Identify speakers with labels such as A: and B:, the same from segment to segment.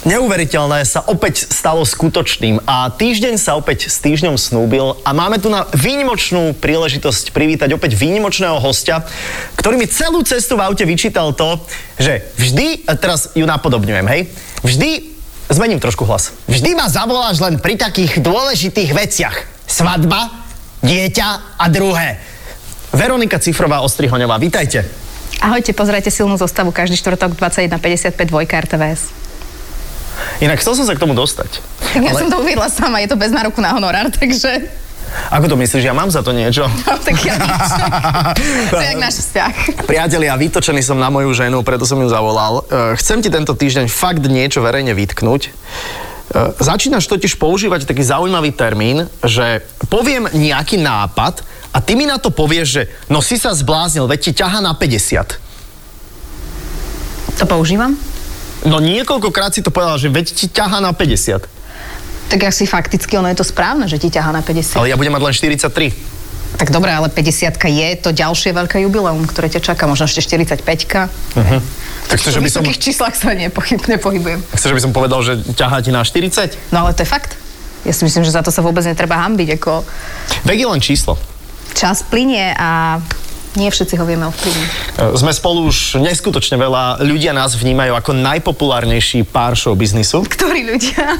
A: neuveriteľné sa opäť stalo skutočným a týždeň sa opäť s týždňom snúbil a máme tu na výnimočnú príležitosť privítať opäť výnimočného hostia, ktorý mi celú cestu v aute vyčítal to, že vždy, a teraz ju napodobňujem, hej, vždy zmením trošku hlas.
B: Vždy ma zavoláš len pri takých dôležitých veciach. Svadba, dieťa a druhé.
A: Veronika Cifrová Ostrihoňová, vítajte.
C: Ahojte, pozerajte silnú zostavu každý štvrtok 21.55 Dvojka RTVS.
A: Inak chcel som sa k tomu dostať.
C: Ja
A: Ale-
C: som to uviedla sama, je to bez nároku na honorár, takže
A: Ako to myslíš, ja mám za to niečo?
C: no, tak ja nič. To je jak náš vzťah.
A: Priatelia, vytočený som na moju ženu, preto som ju zavolal. E, Chcem ti tento týždeň fakt niečo verejne vytknúť. E, Začínaš totiž používať taký zaujímavý termín, že poviem nejaký nápad a ty mi na to povieš, že no si sa zbláznil, veď ti ťaha na 50.
C: To používam?
A: No niekoľkokrát si to povedal, že veď ti ťaha na 50.
C: Tak asi fakticky ono je to správne, že ti ťaha na 50.
A: Ale ja budem mať len 43.
C: Tak dobre, ale 50 je to ďalšie veľké jubileum, ktoré ťa čaká, možno ešte 45.
A: Uh-huh. Tak chceš,
C: v
A: aby som,
C: vysokých číslach sa nepochybne pohybujem.
A: chceš, aby som povedal, že ťahá ti na 40?
C: No ale to je fakt. Ja si myslím, že za to sa vôbec netreba hambiť. Ako
A: Vek je len číslo.
C: čas plinie a nie všetci ho vieme ovplyvniť.
A: Sme spolu už neskutočne veľa. Ľudia nás vnímajú ako najpopulárnejší pár show biznisu.
C: Ktorí ľudia?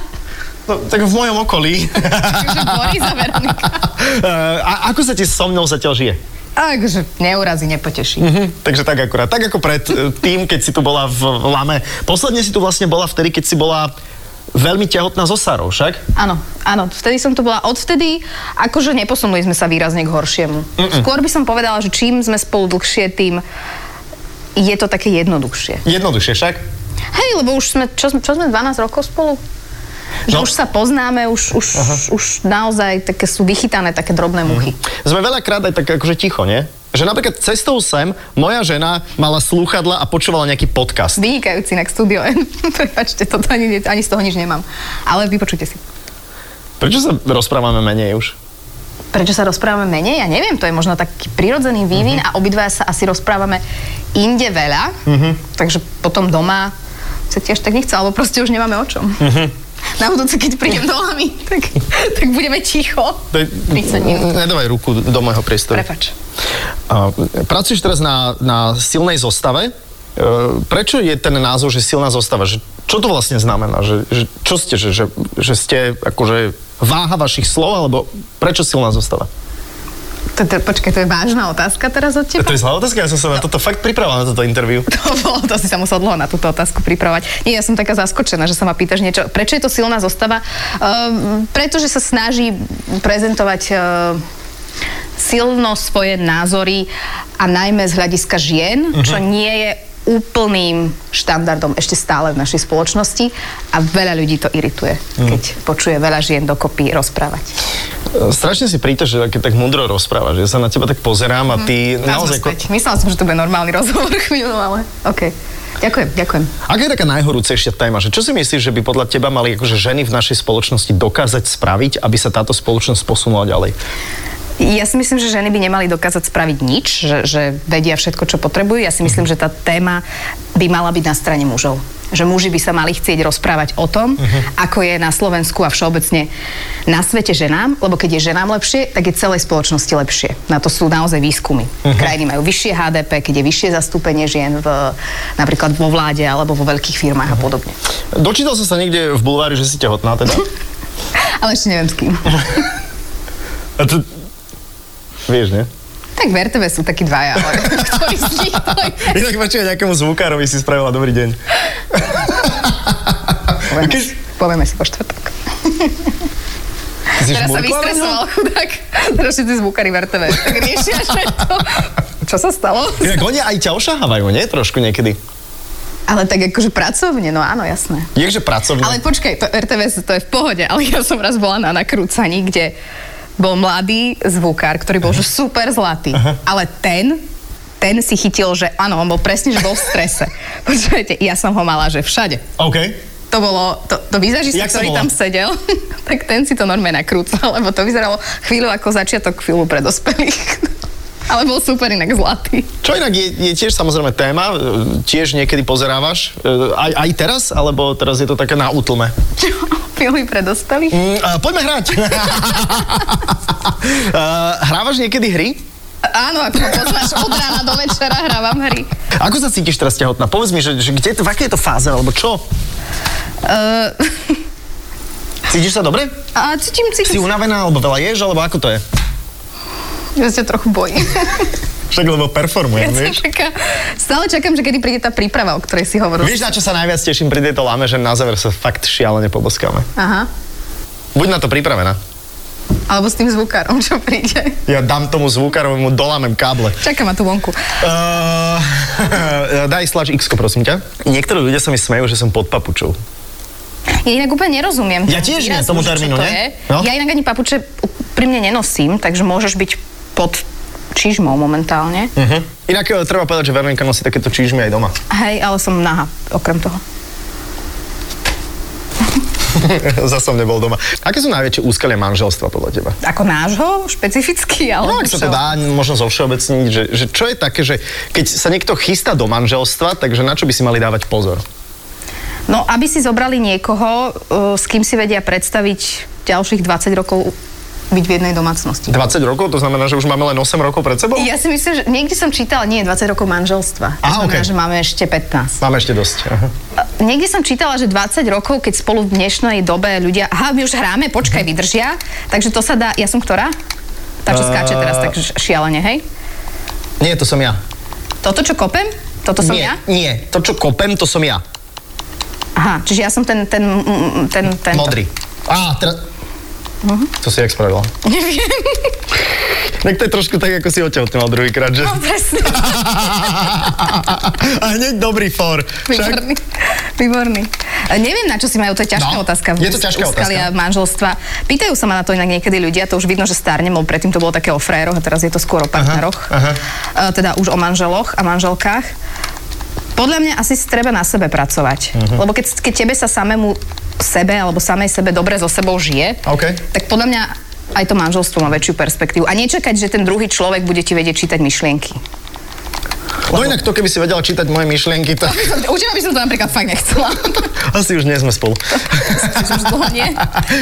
A: No, tak v mojom okolí.
C: Čiže Boris a Veronika.
A: a ako sa ti so mnou zatiaľ žije?
C: Akože neurazí, nepoteší.
A: Hm, takže tak akurát. Tak ako pred e, tým, keď si tu bola v v Lame. Posledne si tu vlastne bola vtedy, keď si bola veľmi tehotná so Sarou, však?
C: Áno, áno, vtedy som tu bola. Odvtedy, akože neposunuli sme sa výrazne k horšiemu. Mm-mm. Skôr by som povedala, že čím sme spolu dlhšie, tým je to také jednoduchšie.
A: Jednoduchšie, však?
C: Hej, lebo už sme, čo, sme- čo sme, 12 rokov spolu?
A: No.
C: Že už sa poznáme, už, už, už naozaj také sú vychytané také drobné muchy.
A: Sme veľakrát aj tak akože ticho, nie? Že napríklad cestou sem moja žena mala slúchadla a počúvala nejaký podcast.
C: Vynikajúci inak Studio N. Prepačte, toto ani, ne- ani z toho nič nemám. Ale vypočujte si.
A: Prečo sa rozprávame menej už?
C: prečo sa rozprávame menej, ja neviem, to je možno taký prirodzený vývin
A: Mhm.
C: a obidvaja sa asi rozprávame inde veľa,
A: Mhm.
C: takže potom doma sa tiež tak nechce, alebo proste už nemáme o čom.
A: Mhm.
C: Na budúce, keď prídem do lamy, tak, tak budeme ticho.
A: To je-
C: Prísadím.
A: Nedávaj ruku do môjho priestoru.
C: Prepač.
A: A, Pracuješ teraz na, na silnej zostave. E, Prečo je ten názov, že silná zostava? Že, čo to vlastne znamená? Že, že, čo ste? Že, že, že ste akože váha vašich slov, alebo prečo silná zostava?
C: To, to, počkaj, to je vážna otázka teraz od teba.
A: To je zlá otázka, ja som sa na toto fakt pripravil, na toto interviu.
C: To bolo, to si sa musel dlho na túto otázku pripravovať. Nie, ja som taká zaskočená, že sa ma pýtaš niečo. Prečo je to silná zostava? Ehm, pretože sa snaží prezentovať ehm, silno svoje názory a najmä z hľadiska žien, čo nie je úplným štandardom ešte stále v našej spoločnosti a veľa ľudí to irituje, keď počuje veľa žien dokopy rozprávať.
A: E, Strašne si prítaš, že keď tak mudro rozprávaš, že ja sa na teba tak pozerám a ty mm,
C: Naozaj,
A: naozaj... Ko...
C: Myslela som, že to bude normálny rozhovor chvíľu, ale OK. Ďakujem, ďakujem.
A: Aká je taká najhorúcejšia téma? Že čo si myslíš, že by podľa teba mali akože ženy v našej spoločnosti dokázať spraviť, aby sa táto spoločnosť posunula ďalej?
C: Ja si myslím, že ženy by nemali dokázať spraviť nič, že, že vedia všetko, čo potrebujú. Ja si myslím, že tá téma by mala byť na strane mužov. Že muži by sa mali chcieť rozprávať o tom, ako je na Slovensku a všeobecne na svete ženám, lebo keď je ženám lepšie, tak je celej spoločnosti lepšie. Na to sú naozaj výskumy. Krajiny majú vyššie HDP, keď je vyššie zastúpenie žien v, napríklad vo vláde alebo vo veľkých firmách a podobne.
A: Dočítal som sa niekde v bulvári, že si tehotná teda.
C: Ale ešte neviem s kým.
A: A to... Vieš, ne?
C: tak v RTV sú takí dvaja, ale ktorý z nich to je?
A: Inak počujem, nejakému zvukárovi si spravila dobrý deň.
C: Povieme,
A: Keď-
C: si- povieme si po štvrtok.
A: Si
C: Teraz sa
A: šmurkla rovno?
C: vystresoval chudák. Teraz všetci zvukári v RTV. Tak riešia, že to... Čo sa stalo?
A: Inak oni aj ťa ošahávajú, nie? Trošku niekedy.
C: Ale tak akože pracovne, no áno, jasné.
A: Jakže pracovne.
C: Ale počkaj, to RTV to je v pohode, ale ja som raz bola na nakrúcaní, kde bol mladý zvukár, ktorý bol že super zlatý, ale ten ten si chytil, že áno, on bol presne, že bol v strese. Počujete, ja som ho mala, že všade.
A: OK.
C: To bolo, to, to
A: Jak
C: výzažista,
A: to
C: ktorý
A: bolo?
C: tam sedel, tak ten si to normálne nakrúcal, lebo to vyzeralo chvíľu ako začiatok filmu pre dospelých. Ale bol super inak zlatý.
A: Čo inak je, je tiež samozrejme téma, e, tiež niekedy pozerávaš, e, aj, aj teraz, alebo teraz je to také na útlme?
C: Čo? Filmy pre dospelých?
A: Mm, a poďme hrať. uh, hrávaš niekedy hry?
C: Áno, ako ma poznáš, od rána do večera hrávam hry.
A: Ako sa cítiš teraz tehotná? Povedz mi, že, že kde, to- v aké je to fáze, alebo čo?
C: Uh,
A: Cítiš sa dobre?
C: a cítim,
A: Si
C: cítim,
A: unavená, alebo veľa ješ, alebo ako to je?
C: že sa trochu bojím.
A: Však lebo performujem,
C: Ja som taká, stále čakám, že kedy príde tá príprava, o ktorej si hovoril.
A: Vieš, na čo sa najviac teším pri tejto láme, že na záver sa fakt šialene poboskáme.
C: Aha.
A: Buď na to pripravená.
C: Alebo s tým zvukárom, čo príde.
A: Ja dám tomu zvukárovému, dolámem káble.
C: Čaká ma tu vonku.
A: Uh, daj slač x prosím ťa. Niektorí ľudia sa mi smejú, že som pod papučou.
C: Ja inak úplne nerozumiem.
A: Ja tiež nie
C: Výrazu,
A: tomu
C: že čo
A: termínu,
C: to
A: ne?
C: je.
A: No.
C: Ja inak ani papuče pri mne nenosím, takže môžeš byť pod čižmou momentálne.
A: Uh-huh. Inak e, treba povedať, že Veronika nosí takéto čížmy aj doma.
C: Hej, ale som naha, okrem toho.
A: Zase som nebol doma. Aké sú najväčšie úskalia manželstva podľa teba?
C: Ako nášho, špecificky, ale...
A: No, ak sa to dá možno zovšeobecniť, že, že čo je také, že keď sa niekto chystá do manželstva, takže na čo by si mali dávať pozor?
C: No, aby si zobrali niekoho, eh, s kým si vedia predstaviť ďalších 20 rokov byť v jednej domácnosti.
A: 20 rokov, to znamená, že už máme len 8 rokov pred sebou?
C: Ja si myslím, že niekde som čítala, nie, 20 rokov manželstva. To
A: Á,
C: znamená,
A: ok.
C: že máme ešte 15.
A: Máme ešte dosť. Aha.
C: E, Niekde som čítala, že 20 rokov, keď spolu v dnešnej dobe ľudia, aha, my už hráme, počkaj, vydržia, takže to sa dá, ja som ktorá? Tá, čo
A: Eh.
C: skáče teraz tak š- šialene, hej?
A: Nie, to som ja.
C: Toto, čo kopem? Toto som
A: nie,
C: ja?
A: nie. To, čo kopem, to som ja.
C: Aha, čiže ja som ten, ten, mm, ten, ten...
A: Modrý. Á, teraz...
C: Mhm.
A: To si jak spravila?
C: Neviem,
A: Tak to je trošku tak, ako si otehotnila druhýkrát, že?
C: no, presne.
A: A hneď dobrý for. Však...
C: Výborný. Výborný. E, Neviem, na čo si majú, to je ťažká
A: No,
C: otázka.
A: je to ťažká
C: úskalia manželstva. Pýtajú sa ma na to inak niekedy ľudia, to už vidno, že starnem, lebo predtým to bolo také o frajeroch a teraz je to skôr o partneroch.
A: aha.
C: E, Teda už o manželoch a manželkách. Podľa mňa asi si treba na sebe pracovať.
A: Mhm.
C: Lebo keď, keď tebe sa samému sebe alebo samej sebe dobre so sebou žije,
A: OK.
C: tak podľa mňa aj to manželstvo má väčšiu perspektívu. A nečakať, že ten druhý človek bude ti vedieť čítať myšlienky.
A: No inak to, keby si vedela čítať moje myšlienky, tak
C: U teba by som to napríklad fakt nechcela.
A: asi už nie sme spolu.
C: Čiže už dlho nie.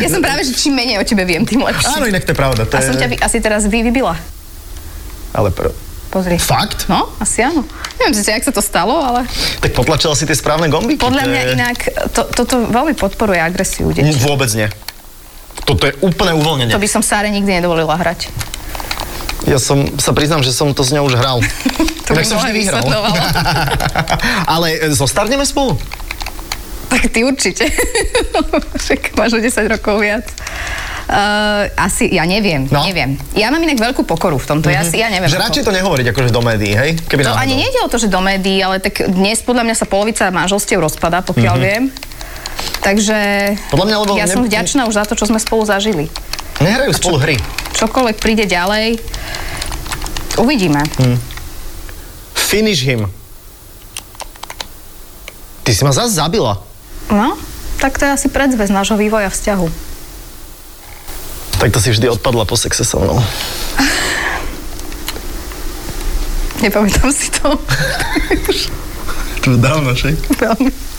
C: Ja som práve, že čím menej o tebe viem, tým
A: Áno,
C: lepšie.
A: inak to je pravda. To
C: A
A: je...
C: som ťa vy, asi teraz vy, vybila.
A: Ale pr...
C: Pozri.
A: Fakt?
C: No, asi áno. Neviem si, jak sa to stalo, ale
A: Tak potlačila si tie správne gombíky.
C: podľa
A: to
C: mňa
A: je-
C: inak to, toto veľmi podporuje
A: N-
C: agresiu detí.
A: Vôbec nie. Toto je úplné uvoľnenie.
C: To by som Sáre nikdy nedovolila hrať.
A: Ja som, sa priznám, že som to s ňou už hral.
C: To
A: Inak
C: by
A: som
C: mnohé
A: vždy vyhral.
C: vysvetľovalo.
A: Ale e, zostarneme spolu?
C: Tak ty určite. Však máš o 10 rokov viac. Uh, asi, ja neviem,
A: No. Mhm.
C: neviem. Ja mám inak veľkú pokoru v tomto, ja, si, ja neviem.
A: Že
C: ako-
A: radšej to nehovoriť akože do médií, hej? Keby
C: no. To
A: náhodou.
C: ani nejde o to, že do médií, ale tak dnes podľa mňa sa polovica manželstiev rozpadá, pokiaľ viem. Takže
A: Mhm. Podľa mňa, lebo
C: ja
A: ne-
C: som vďačná už za to, čo sme spolu zažili.
A: Nehrajú spolu hry.
C: Čokoľvek príde ďalej, uvidíme.
A: Mhm. Finish him. Ty si ma zase zabila.
C: No, tak to je asi predzvez nášho vývoja vzťahu.
A: Tak to si vždy odpadla po sexe so mnou.
C: Nepamätám si to
A: To je dávno, že?
C: veľmi.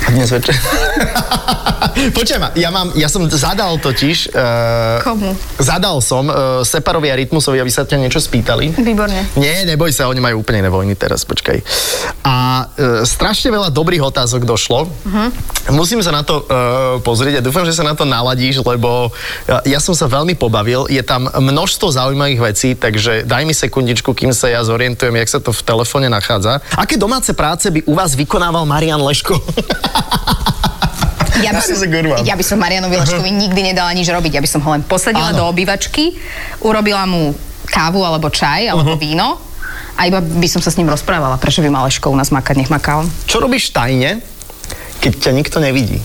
A: A dnes večer. Počujem ma, ja, mám, ja som zadal totiž... Uh,
C: Komu?
A: Zadal som uh, Separovi a Rytmusovi, aby sa ťa niečo spýtali.
C: Výborne.
A: Nie, neboj sa, oni majú úplne iné vojny teraz, počkaj. A e, strašne veľa dobrých otázok došlo.
C: Mhm.
A: Uh-huh. Musím sa na to e, pozrieť a dúfam, že sa na to naladíš, lebo eh, ja, ja som sa veľmi pobavil. Je tam množstvo zaujímavých vecí, takže daj mi sekundičku, kým sa ja zorientujem, jak sa to v telefóne nachádza. Aké domáce práce by u vás vykonával Marian Leško?
C: Ja by,
A: That
C: som,
A: is a good one.
C: ja by som Marianovi Leškovi nikdy nedala nič robiť. Ja by som ho len posadila
A: Áno.
C: do obývačky, urobila mu kávu alebo čaj alebo
A: Mhm.
C: víno a iba by som sa s ním rozprávala. Prečo by mal Leško u nás makať, nech maká on.
A: Čo robíš tajne, keď ťa nikto nevidí?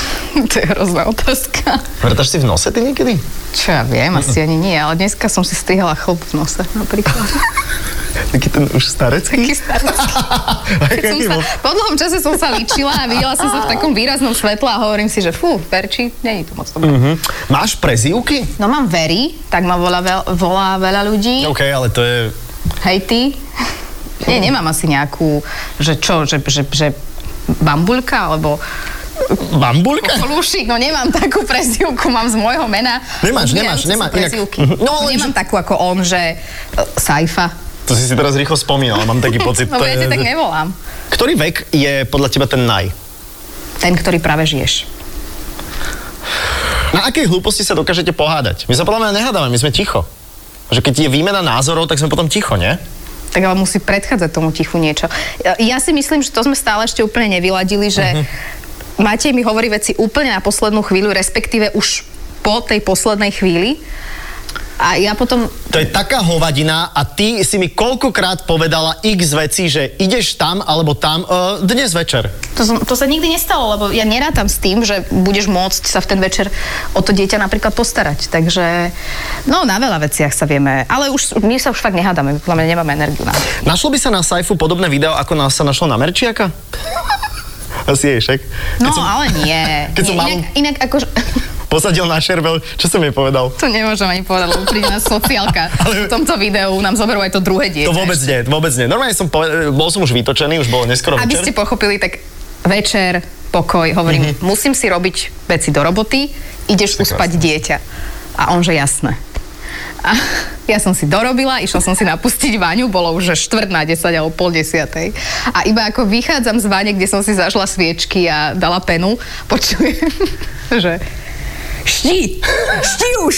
C: to je hrozná otázka.
A: Vrtaš si v nose ty niekedy?
C: Čo ja viem, asi ani nie, ale dneska som si strihala chlop v nose napríklad.
A: Taký ten už starecký?
C: Taký starosti.
A: Aj
C: Keď som
A: aký
C: sa,
A: bol?
C: po dlhom čase som sa líčila a videla som sa v takom výraznom svetle a hovorím si, že fú, perči, není to moc dobré.
A: Mhm. Máš prezývky?
C: No mám Veri, tak ma volá, veľ, volá veľa ľudí.
A: OK, ale to je...
C: Hej ty. Nie, nemám asi nejakú, že čo, že, že, že bambulka, alebo
A: Bambulka?
C: Kolúšik, no nemám takú prezivku, mám z môjho mena.
A: Nemáš, nemáš,
C: Odvíjajúce
A: nemá-
C: sa
A: inak-
C: prezývky.
A: Mhm. No,
C: No,
A: ale
C: nemám takú ako on, že e, Saifa.
A: To si si teraz rýchlo spomínal, mám taký pocit.
C: No
A: to
C: viete, tak
A: je...
C: nevolám.
A: Ktorý vek je podľa teba ten naj?
C: Ten, ktorý práve žiješ.
A: Na akej hlúposti sa dokážete pohádať? My sa podľa mňa nehádame, my sme ticho. Že keď je výmena názorov, tak sme potom ticho, nie?
C: Tak ale musí predchádzať tomu tichu niečo. Ja- Ja si myslím, že to sme stále ešte úplne nevyladili, že
A: Mhm.
C: Matej mi hovorí veci úplne na poslednú chvíľu, respektíve už po tej poslednej chvíli. A ja potom
A: To je taká hovadina a ty si mi koľkokrát povedala x vecí, že ideš tam alebo tam uh, dnes večer.
C: To, som, to sa nikdy nestalo, lebo ja nerátam s tým, že budeš môcť sa v ten večer o to dieťa napríklad postarať. Takže, no na veľa veciach sa vieme, ale už my sa už fakt nehádame, my podľa mňa nemáme energiu na to.
A: Našlo by sa na Saifu podobné video, ako nás sa našlo na Merčiaka? Asi jej však. Keď
C: No,
A: som
C: ale nie.
A: keď
C: nie
A: som malú-
C: inak, inak akože,
A: posadil na šerbel, čo som jej povedal?
C: to nemôžem ani povedať, lebo príde nás sociálka.
A: Ale-
C: V tomto videu nám zoberú aj to druhé dieťa.
A: To vôbec nie, vôbec nie. Normálne som povedal, bol som už vytočený, už bolo neskoro
C: Aby ste
A: večer. Mhm.
C: pochopili, tak večer, pokoj, hovorím, musím si robiť veci do roboty, ideš uspať dieťa. A on, že jasné. A ja som si dorobila, išla som si napustiť vaňu, bolo už že štvrt na 10 alebo pol desiatej. A iba ako vychádzam z vane, kde som si zažla sviečky a dala penu, počujem, že šti, šti už.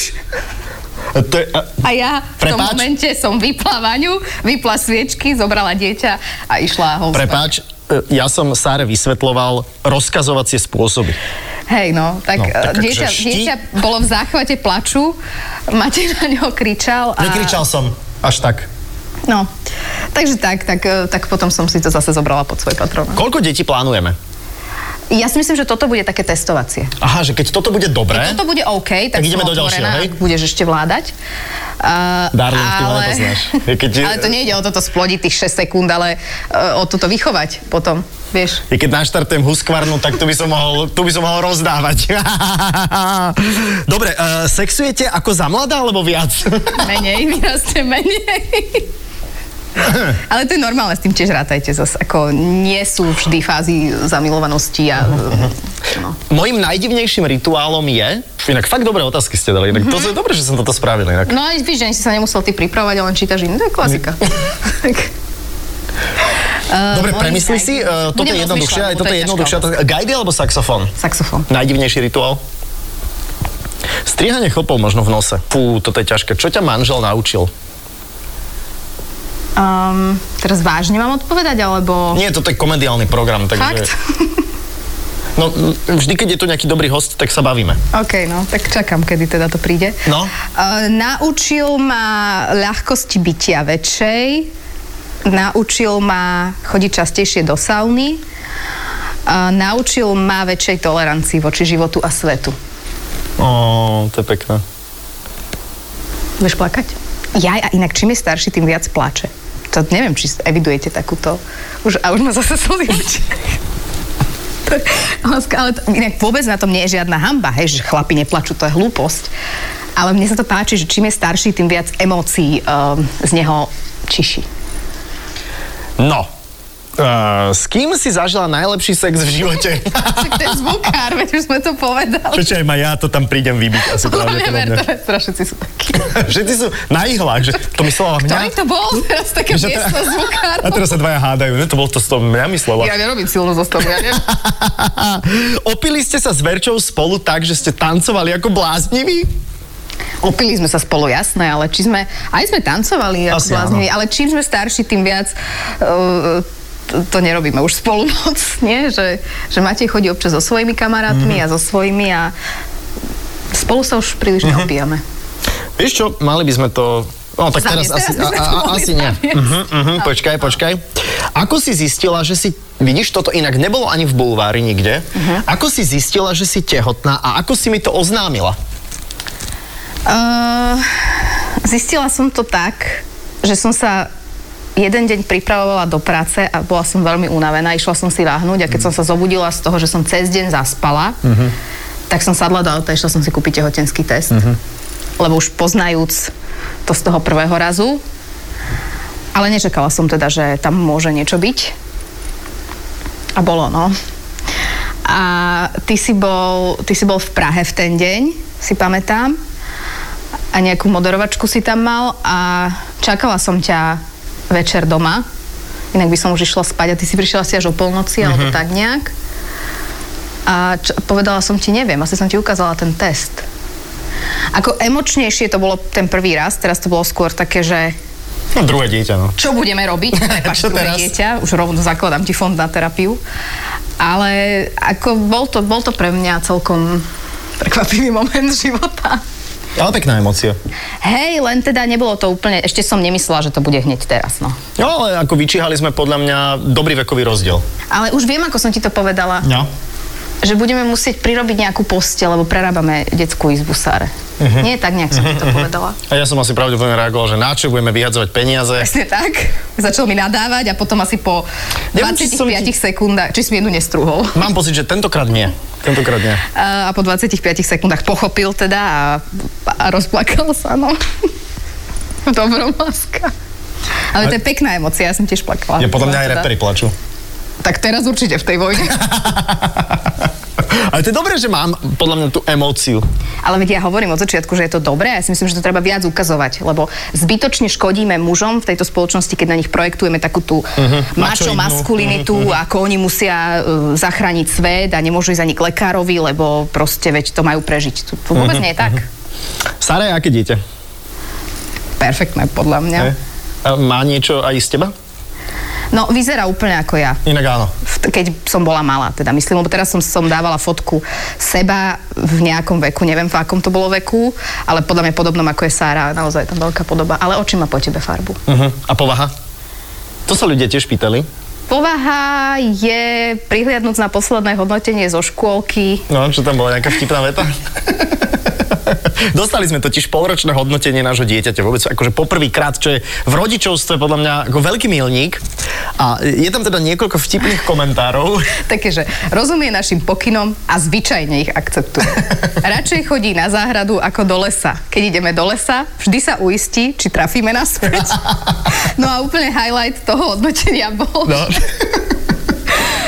A: A To je, a,
C: A ja v tom
A: Prepáč?
C: momente som vypla vaňu, vypla sviečky, zobrala dieťa a išla ho uspať.
A: prepáč, e, ja som Sáre vysvetloval rozkazovacie spôsoby.
C: Hej, no, tak,
A: No,
C: no,
A: tak
C: tak dieťa,
A: akože šti-
C: dieťa bolo v záchvate plaču, Matej na ňo kričal a...
A: Nekričal som až tak.
C: No, takže tak, tak, eh, tak potom som si to zase zobrala pod svoj patron.
A: Koľko detí plánujeme?
C: Ja si myslím, že toto bude také testovacie.
A: Aha, že keď toto bude dobré...
C: Keď toto bude OK, tak,
A: Tak ideme do
C: som
A: ďalšieho,
C: otvorená,
A: hej?
C: ak budeš ešte vládať. Uh,
A: Darling, ty ma nepoznáš. Je keď-
C: ale to nejde o toto splodiť tých 6 sekúnd, ale uh, o toto vychovať potom, vieš.
A: I keď naštartujem huskvarnu, tak tu by som mohol, tu by som mohol rozdávať. Dobre, uh, sexujete ako za mladá, alebo viac?
C: Menej, výrazne menej. Ale to je normálne, s tým tiež rátajte zase. Ako nie sú vždy fázy zamilovanosti a... No.
A: Mojím najdivnejším rituálom je... Inak fakt dobré otázky ste dali. Inak to je
C: Mhm.
A: dobré, že som toto spravil. Inak.
C: No a víš, že ani si sa nemusel ty pripravovať, ale len čítaš iné. To je klasika. Tak. Uh,
A: Dobre,
C: môj
A: premysli si,
C: najdivnejší-
A: uh, toto
C: Budem
A: je jednoduchšie,
C: rozmýšľať,
A: aj
C: lebo
A: toto je jednoduchšie.
C: ťažká
A: otázka. Gajdy alebo saxofón?
C: otázka. Saxofón.
A: Najdivnejší rituál? Strihanie chlpov možno v nose. Pú, toto je ťažké. Čo ťa manžel naučil?
C: Um, teraz vážne mám odpovedať, alebo...
A: Nie, toto je komediálny program, takže...
C: Fakt?
A: No, vždy, keď je tu nejaký dobrý host, tak sa bavíme.
C: OK, no, tak čakám, kedy teda to príde.
A: No.
C: Uh, naučil ma ľahkosti bytia väčšej, naučil ma chodiť častejšie do sauny, uh, naučil ma väčšej tolerancii voči životu a svetu.
A: Ó, to je pekné.
C: Budeš plakať? Ja, a inak čím je starší, tým viac plače. To neviem, či evidujete takúto. Už, a už ma zase slzy v očiach. To je- Láska, ale to, inak vôbec na tom nie je žiadna hamba, hej, že chlapi neplačú, to je hlúposť. Ale mne sa to páči, že čím je starší, tým viac emócií um, z neho čiší.
A: No. Uh, s kým si zažila najlepší sex v živote?
C: Však to je zvukár, veď už sme to povedali.
A: Prečo aj ma ja to tam prídem vybiť asi pravdepodobne.
C: strašne sú takí.
A: Všetci sú na ihlách, že to myslela mňa.
C: Ktorý to bol teraz
A: Že
C: také
A: to-
C: miesto zvukár?
A: A teraz sa dvaja hádajú, ne? to bolo to, to mňa myslela.
C: Ja nerobím silnú zostavu, ja neviem.
A: Opili ste sa s Verčou spolu tak, že ste tancovali ako blázniví?
C: Opili sme sa spolu, jasné, ale či sme, aj sme tancovali, ako
A: Asi
C: bláznili, ale čím sme starší, tým viac uh, to, to nerobíme už spolu moc, nie? Že, že Matej chodí občas so svojimi kamarátmi a so svojimi a spolu sa už príliš neopíjame.
A: Vieš čo, mali by sme to... No tak
C: Zamiesť,
A: teraz asi,
C: teraz by
A: a,
C: sme
A: a,
C: to
A: a,
C: mohli
A: asi nie.
C: zamiesť.
A: Uh-huh, uh-huh, počkaj, počkaj. Ako si zistila, že si... Vidíš, toto inak nebolo ani v bulvári nikde.
C: Mhm.
A: Uh-huh. Ako si zistila, že si tehotná a ako si mi to oznámila?
C: Uh, zistila som to tak, že som sa jeden deň pripravovala do práce a bola som veľmi unavená, išla som si váhnuť a keď som sa zobudila z toho, že som cez deň zaspala, uh-huh. tak som sadla do auta a išla som si kúpiť tehotenský test. Uh-huh. Lebo už poznajúc to z toho prvého razu, ale nečakala som teda, že tam môže niečo byť. A bolo, no. A ty si bol, ty si bol v Prahe v ten deň, si pamätám. A nejakú moderovačku si tam mal a čakala som ťa večer doma. Inak by som už išla spať a ty si prišla asi až o polnoci mm-hmm.
A: Mhm.
C: alebo tak nejak. A č- povedala som ti, neviem, asi som ti ukázala ten test. Ako emočnejšie to bolo ten prvý raz, teraz to bolo skôr také, že
A: No druhé dieťa, no.
C: čo budeme robiť? Prepač,
A: Čo teraz?
C: druhé dieťa, už rovno zakladám ti fond na terapiu. Ale ako bol to, bol to pre mňa celkom prekvapivý moment života.
A: Ale pekná emócia.
C: Hej, len teda nebolo to úplne, ešte som nemyslela, že to bude hneď teraz, no.
A: No ale ako vyčíhali sme podľa mňa dobrý vekový rozdiel.
C: Ale už viem, ako som ti to povedala,
A: No.
C: že budeme musieť prirobiť nejakú posteľ, lebo prerábame detskú izbu Sáre.
A: Mhm.
C: Uh-huh. Nie tak nejak som ti to povedala.
A: A ja som asi pravdepodobne reagoval, že na čo budeme vyhadzovať peniaze.
C: Presne tak. Začal mi nadávať a potom asi po
A: Neviem, či
C: 25
A: som
C: sekundách, či som jednu nestruhol.
A: Mám pocit, že tentokrát nie. Tentokrát nie.
C: A po 25 sekundách pochopil teda a, a rozplakal sa, no. V dobrom láska. Ale to je pekná emocia, ja som tiež plakala.
A: Ja podľa mňa aj
C: Teda-
A: reperi plačú.
C: Tak teraz určite v tej vojne.
A: Ale to je dobré, že mám podľa mňa tú emóciu.
C: Ale veď ja hovorím od začiatku, že je to dobré a ja si myslím, že to treba viac ukazovať, lebo zbytočne škodíme mužom v tejto spoločnosti, keď na nich projektujeme takú tú uh-huh. mačo
A: Mačoidnú.
C: maskulinitu, uh-huh. ako oni musia uh, zachrániť svet a nemôžu ísť ani k lekárovi, lebo proste veď to majú prežiť. To, to vôbec uh-huh. nie je tak. Uh-huh.
A: Sara je aké dieťa?
C: Perfektné podľa mňa.
A: Hej? A Má niečo aj z teba?
C: No, vyzerá úplne ako ja.
A: Inak áno.
C: v- keď som bola malá, teda myslím, lebo teraz som, som dávala fotku seba v nejakom veku, neviem v akom to bolo veku, ale podľa mňa podobnom ako je Sára, naozaj tam veľká podoba, ale oči má po tebe farbu.
A: Uh-huh. A povaha? To sa ľudia tiež pýtali.
C: Povaha je, prihliadnúc na posledné hodnotenie zo škôlky,
A: No, čo tam bola nejaká vtipná veta? Dostali sme totiž polročné hodnotenie nášho dieťaťa vôbec, akože poprvýkrát, čo je v rodičovstve podľa mňa ako veľký milník. A je tam teda niekoľko vtipných komentárov.
C: také, že rozumie našim pokynom a zvyčajne ich akceptuje. Radšej chodí na záhradu ako do lesa. Keď ideme do lesa, vždy sa uistí, či trafíme naspäť. No a úplne highlight toho hodnotenia bol,
A: No.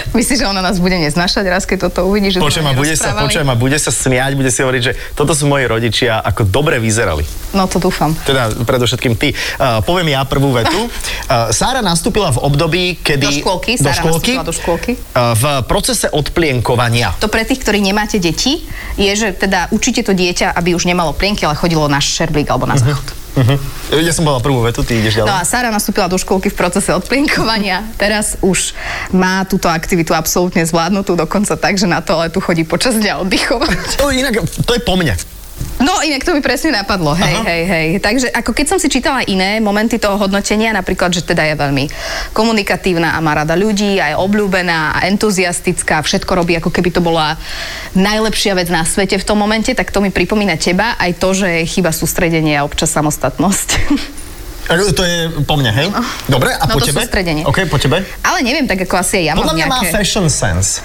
C: Myslíš, že ona nás bude neznášať raz, keď toto uvidí? Že sme
A: Počuj ma, bude sa,
C: nerozprávali?
A: počuj ma, bude sa smiať, bude si hovoriť, že toto sú moji rodičia, ako dobre vyzerali.
C: No to dúfam.
A: Teda predovšetkým ty. Uh, poviem ja prvú vetu. Uh, Sára nastúpila v období,
C: Do
A: kedy...
C: škôlky,
A: do
C: Sára
A: škôlky,
C: nastúpila do škôlky.
A: uh, v procese odplienkovania.
C: To pre tých, ktorí nemáte deti, je, že teda učíte to dieťa, aby už nemalo plienky, ale chodilo na šerblík alebo na záchod.
A: Uh-huh. Ja som bola prvú vetu, ty ideš
C: No
A: ďalej.
C: a Sára nastúpila do škôlky v procese odplienkovania. Teraz už má túto aktivitu absolútne zvládnutú, dokonca tak, že na toaletu chodí počas dňa oddychovať.
A: To inak, to je po mne.
C: No inak to mi presne napadlo, hej, Aha. hej, hej. Takže ako keď som si čítala iné momenty toho hodnotenia, napríklad, že teda je veľmi komunikatívna a má rada ľudí a je obľúbená a entuziastická, všetko robí ako keby to bola najlepšia vec na svete v tom momente, tak to mi pripomína teba aj to, že je chyba sústredenie a občas samostatnosť.
A: E, To je po mne, hej? Dobre, a
C: No
A: po
C: to
A: tebe?
C: sústredenie.
A: OK, po tebe?
C: Ale neviem, tak ako asi aj ja
A: Podľa
C: mám
A: mňa má
C: nejaké...
A: fashion sense.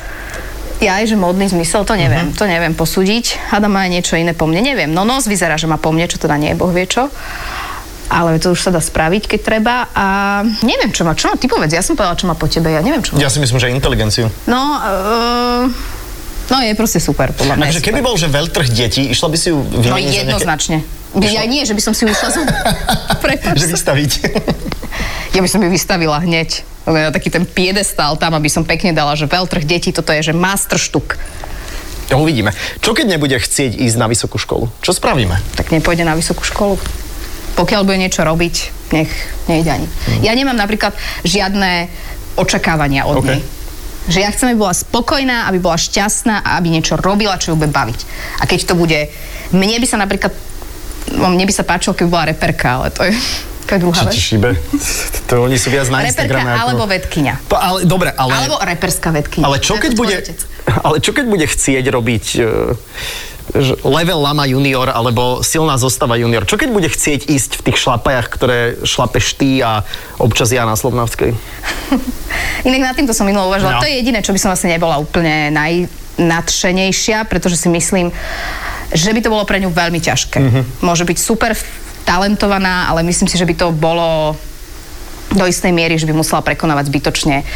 C: Ja aj, že módny zmysel, to neviem, uh-huh. to neviem posúdiť. Adam má aj niečo iné po mne, neviem. No nos vyzerá, že má po mne, čo teda nie je, boh vie čo. Ale to už sa dá spraviť, keď treba. A neviem, čo má, čo má, ty povedz, ja som povedala, čo má po tebe, ja neviem, čo má.
A: Ja si myslím, že inteligenciu.
C: No, uh, no je proste super, podľa mňa. je
A: Takže
C: super.
A: keby bol, že veľtrh detí, išla by si ju
C: No
A: vymeniť za nejaké-
C: jednoznačne. Ja nie, že by som si ju išla zo... Prepáč
A: Že
C: sa.
A: vystaviť.
C: Ja by som ju vystavila hneď. Lebo ja taký ten piedestál tam, aby som pekne dala, že veľtrh detí, toto je, že master štuk.
A: To uvidíme. Čo keď nebude chcieť ísť na vysokú školu? Čo spravíme?
C: tak nepôjde na vysokú školu. Pokiaľ bude niečo robiť, nech nejde ani.
A: Mhm.
C: Ja nemám napríklad žiadne očakávania od
A: OK.
C: nej. Že ja chcem, aby bola spokojná, aby bola šťastná a aby niečo robila, čo ju bude baviť. A keď to bude... Mne by sa napríklad... no, Mne by sa páčilo, keby bola reperka, ale to je... To je druhá
A: Či ti
C: vec.
A: šíbe? To oni sú viac na
C: Reperka
A: Instagrame. ako-
C: alebo vedkynia.
A: To, ale, dobre, ale...
C: Alebo reperská vedkynia.
A: Ale čo,
C: To je
A: keď
C: tvoj
A: bude,
C: otec.
A: ale čo keď bude chcieť robiť eh, že level lama junior alebo silná zostava junior? Čo keď bude chcieť ísť v tých šlapajach, ktoré šlapeš ty a občas ja na Slovnavskej?
C: Inak nad týmto som minulo uvažovala.
A: No.
C: To je jediné, čo by som asi nebola úplne najnadšenejšia, pretože si myslím, že by to bolo pre ňu veľmi ťažké. Môže byť super f- talentovaná, ale myslím si, že by to bolo do istej miery, že by musela prekonávať zbytočne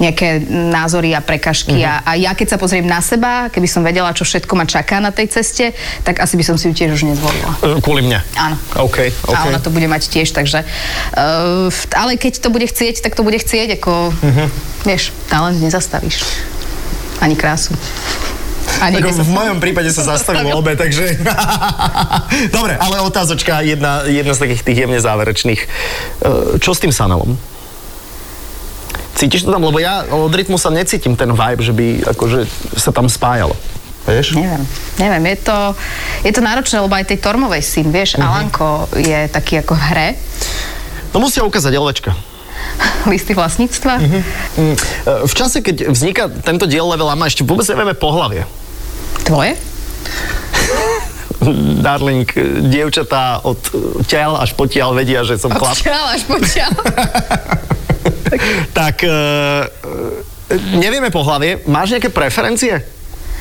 C: nejaké názory a prekažky. A, a ja keď sa pozriem na seba, keby som vedela, čo všetko ma čaká na tej ceste, tak asi by som si ju tiež už nezvolila.
A: Eh, Kvôli mne.
C: Áno.
A: OK, OK.
C: A ona to bude mať tiež, takže... Uh, ale keď to bude chcieť, tak to bude chcieť, ako...
A: Mhm.
C: Vieš, talent nezastavíš. Ani krásu. Ani
A: Tak
C: sa...
A: v mojom prípade sa zastavilo obe, takže... Dobre, ale otázočka, jedna, jedna z takých tých jemne záverečných. Eh, Čo s tým Sanelom? Cítiš to tam? Lebo ja od rytmu sa necítim ten vibe, že by akože sa tam spájalo. Vieš?
C: Neviem, neviem, je to, je to náročné, lebo aj tej Tormovej syn,
A: Mhm.
C: vieš, Alanko je taký ako v hre,
A: To musia ukázať LVčka.
C: listy vlastníctva.
A: Mm, e, V čase, keď vzniká tento diel Level Lama, ešte vôbec nevieme pohlavie.
C: Tvoje?
A: Darling, e, dievčatá od e, tiaľ až potiaľ vedia, že som chlap.
C: Odtiaľ až potiaľ.
A: Tak e, e, nevieme pohlavie. Máš nejaké preferencie?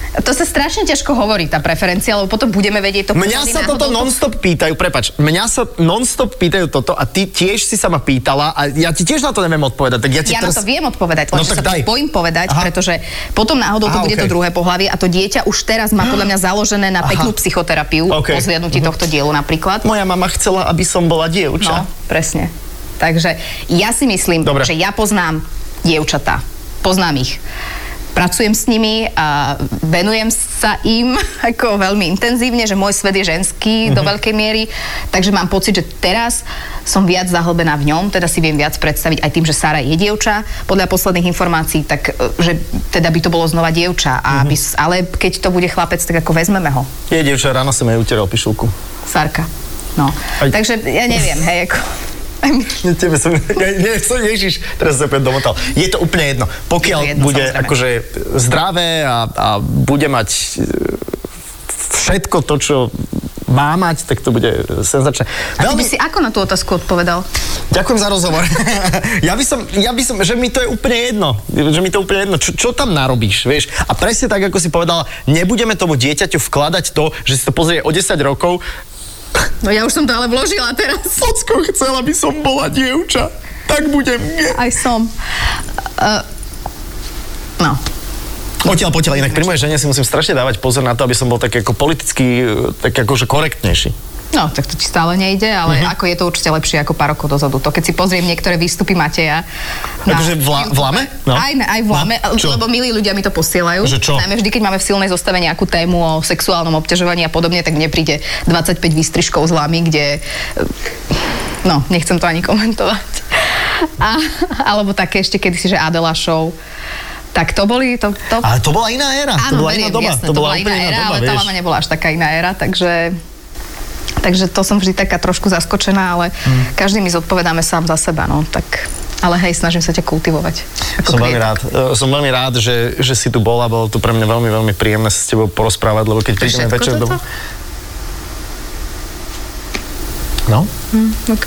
C: To sa strašne ťažko hovorí, tá preferencia, lebo potom budeme vedieť to...
A: Mňa
C: pomaly
A: sa
C: náhodou
A: toto
C: to-
A: non-stop pýtajú, prepač, mňa sa non-stop pýtajú toto a ty tiež si sa ma pýtala a ja ti tiež na to neviem odpovedať, tak ja ti
C: Ja na
A: teraz...
C: to viem odpovedať,
A: No
C: lenže
A: tak
C: sa
A: daj.
C: bojím povedať,
A: Aha.
C: pretože potom náhodou
A: Á,
C: to bude to
A: okej.
C: druhé pohlavie a to dieťa už teraz má podľa mňa založené na peknú psychoterapiu
A: Okej.
C: po zliadnutí tohto dielu napríklad.
A: Moja mama chcela, aby som bola dievča.
C: No, presne. Takže ja si myslím,
A: Dobre.
C: že ja poznám dievčatá. Poznám ich. Pracujem s nimi a venujem sa im ako veľmi intenzívne, že môj svet je ženský do
A: Mhm.
C: veľkej miery, takže mám pocit, že teraz som viac zahlbená v ňom, teda si viem viac predstaviť aj tým, že Sara je dievča, podľa posledných informácií, tak e, že teda by to bolo znova dievča,
A: Mhm.
C: a aby, s- ale keď to bude chlapec, tak ako vezmeme ho.
A: Je dievča, ráno som jej utieral pišulku.
C: Sarka. No.
A: Aj-
C: Takže ja neviem, hej, ako...
A: Ja Tebe som, ja, nie, som ježiš, teraz sa opäť domotal. Je to úplne jedno. Pokiaľ
C: Je to jedno,
A: bude
C: samozrejme.
A: akože zdravé a, a bude mať e, všetko to, čo má mať, tak to bude senzačné.
C: A ty by si ako na tú otázku odpovedal?
A: Ďakujem za rozhovor. ja, by som, ja by som, že mi to je úplne jedno. Že mi to je úplne jedno. Čo, čo tam narobíš, vieš? A presne tak, ako si povedala, nebudeme tomu dieťaťu vkladať to, že si to pozrie o 10 rokov.
C: No ja už som to ale vložila teraz.
A: Ocko, chcela by som bola dievča. Tak budem.
C: Aj som. Uh, no.
A: Potiaľ, potiaľ, inak pri mojej žene si musím strašne dávať pozor na to, aby som bol taký ako politicky, e, tak akože korektnejší.
C: No, tak to ti stále nejde, ale ako je to určite lepšie ako pár rokov dozadu. To keď si pozriem niektoré výstupy Mateja. na
A: Akože v la- v
C: YouTube,
A: Lame? No.
C: No. Aj, na- aj v
A: No,
C: Lame,
A: čo?
C: lebo milí ľudia mi to posielajú.
A: Že čo?
C: Najmä vždy, keď máme v silnej zostave nejakú tému o sexuálnom obťažovaní a podobne, tak mne príde 25 výstrižkov z Lamy, kde... No, nechcem to ani komentovať. A, alebo také ešte kedysi, že Adela Show. Tak to boli... To, to...
A: Ale to bola iná éra. to
C: Áno,
A: bola iná
C: veriem,
A: doba.
C: jasné, to, bola iná éra, ale tá
A: vieš.
C: lama nebola až taká iná éra, takže... Takže to som vždy taká trošku zaskočená, ale
A: Mm.
C: každý my zodpovedáme sám za seba, no tak... Ale hej, snažím sa ťa kultivovať. Ako
A: Som veľmi
C: klienta.
A: rád, e, som veľmi rád že, že si tu bola, bolo to pre mňa veľmi, veľmi príjemné sa s tebou porozprávať, lebo keď prídeme
C: všetko
A: večer
C: toto?
A: domov... No?
C: OK.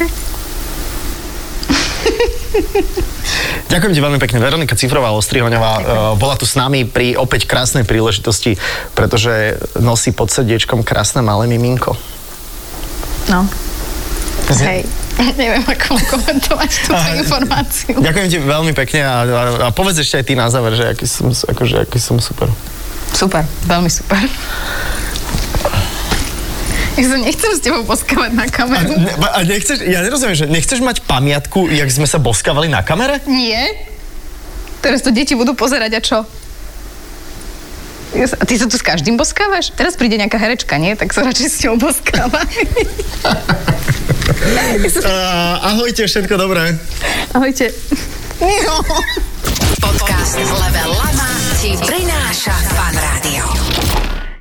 A: Ďakujem ti veľmi pekne. Veronika Cifrová Ostrihoňová e, bola tu s nami pri opäť krásnej príležitosti, pretože nosí pod sediečkom krásne malé miminko.
C: No.
A: Zne-
C: Hej. Neviem, ako mám komentovať túto
A: Aha.
C: informáciu.
A: Ďakujem ti veľmi pekne a, a, a povedz ešte aj ty na záver, že aký som, akože, aký som super.
C: Super, veľmi super. Ja sa nechcem s tebou poskávať na kameru.
A: Ne, a nechceš, ja nerozumiem, že nechceš mať pamiatku, jak sme sa boskávali na kamere?
C: Nie. Teraz to deti budú pozerať a čo? Ja sa- A ty sa tu s každým boskávaš? Teraz príde nejaká herečka, nie? Tak sa radšej s ňou boskáva.
A: Eh, ahojte, všetko dobré.
C: Ahojte.
D: Podcast Level Lama ti prináša Fan Rádio.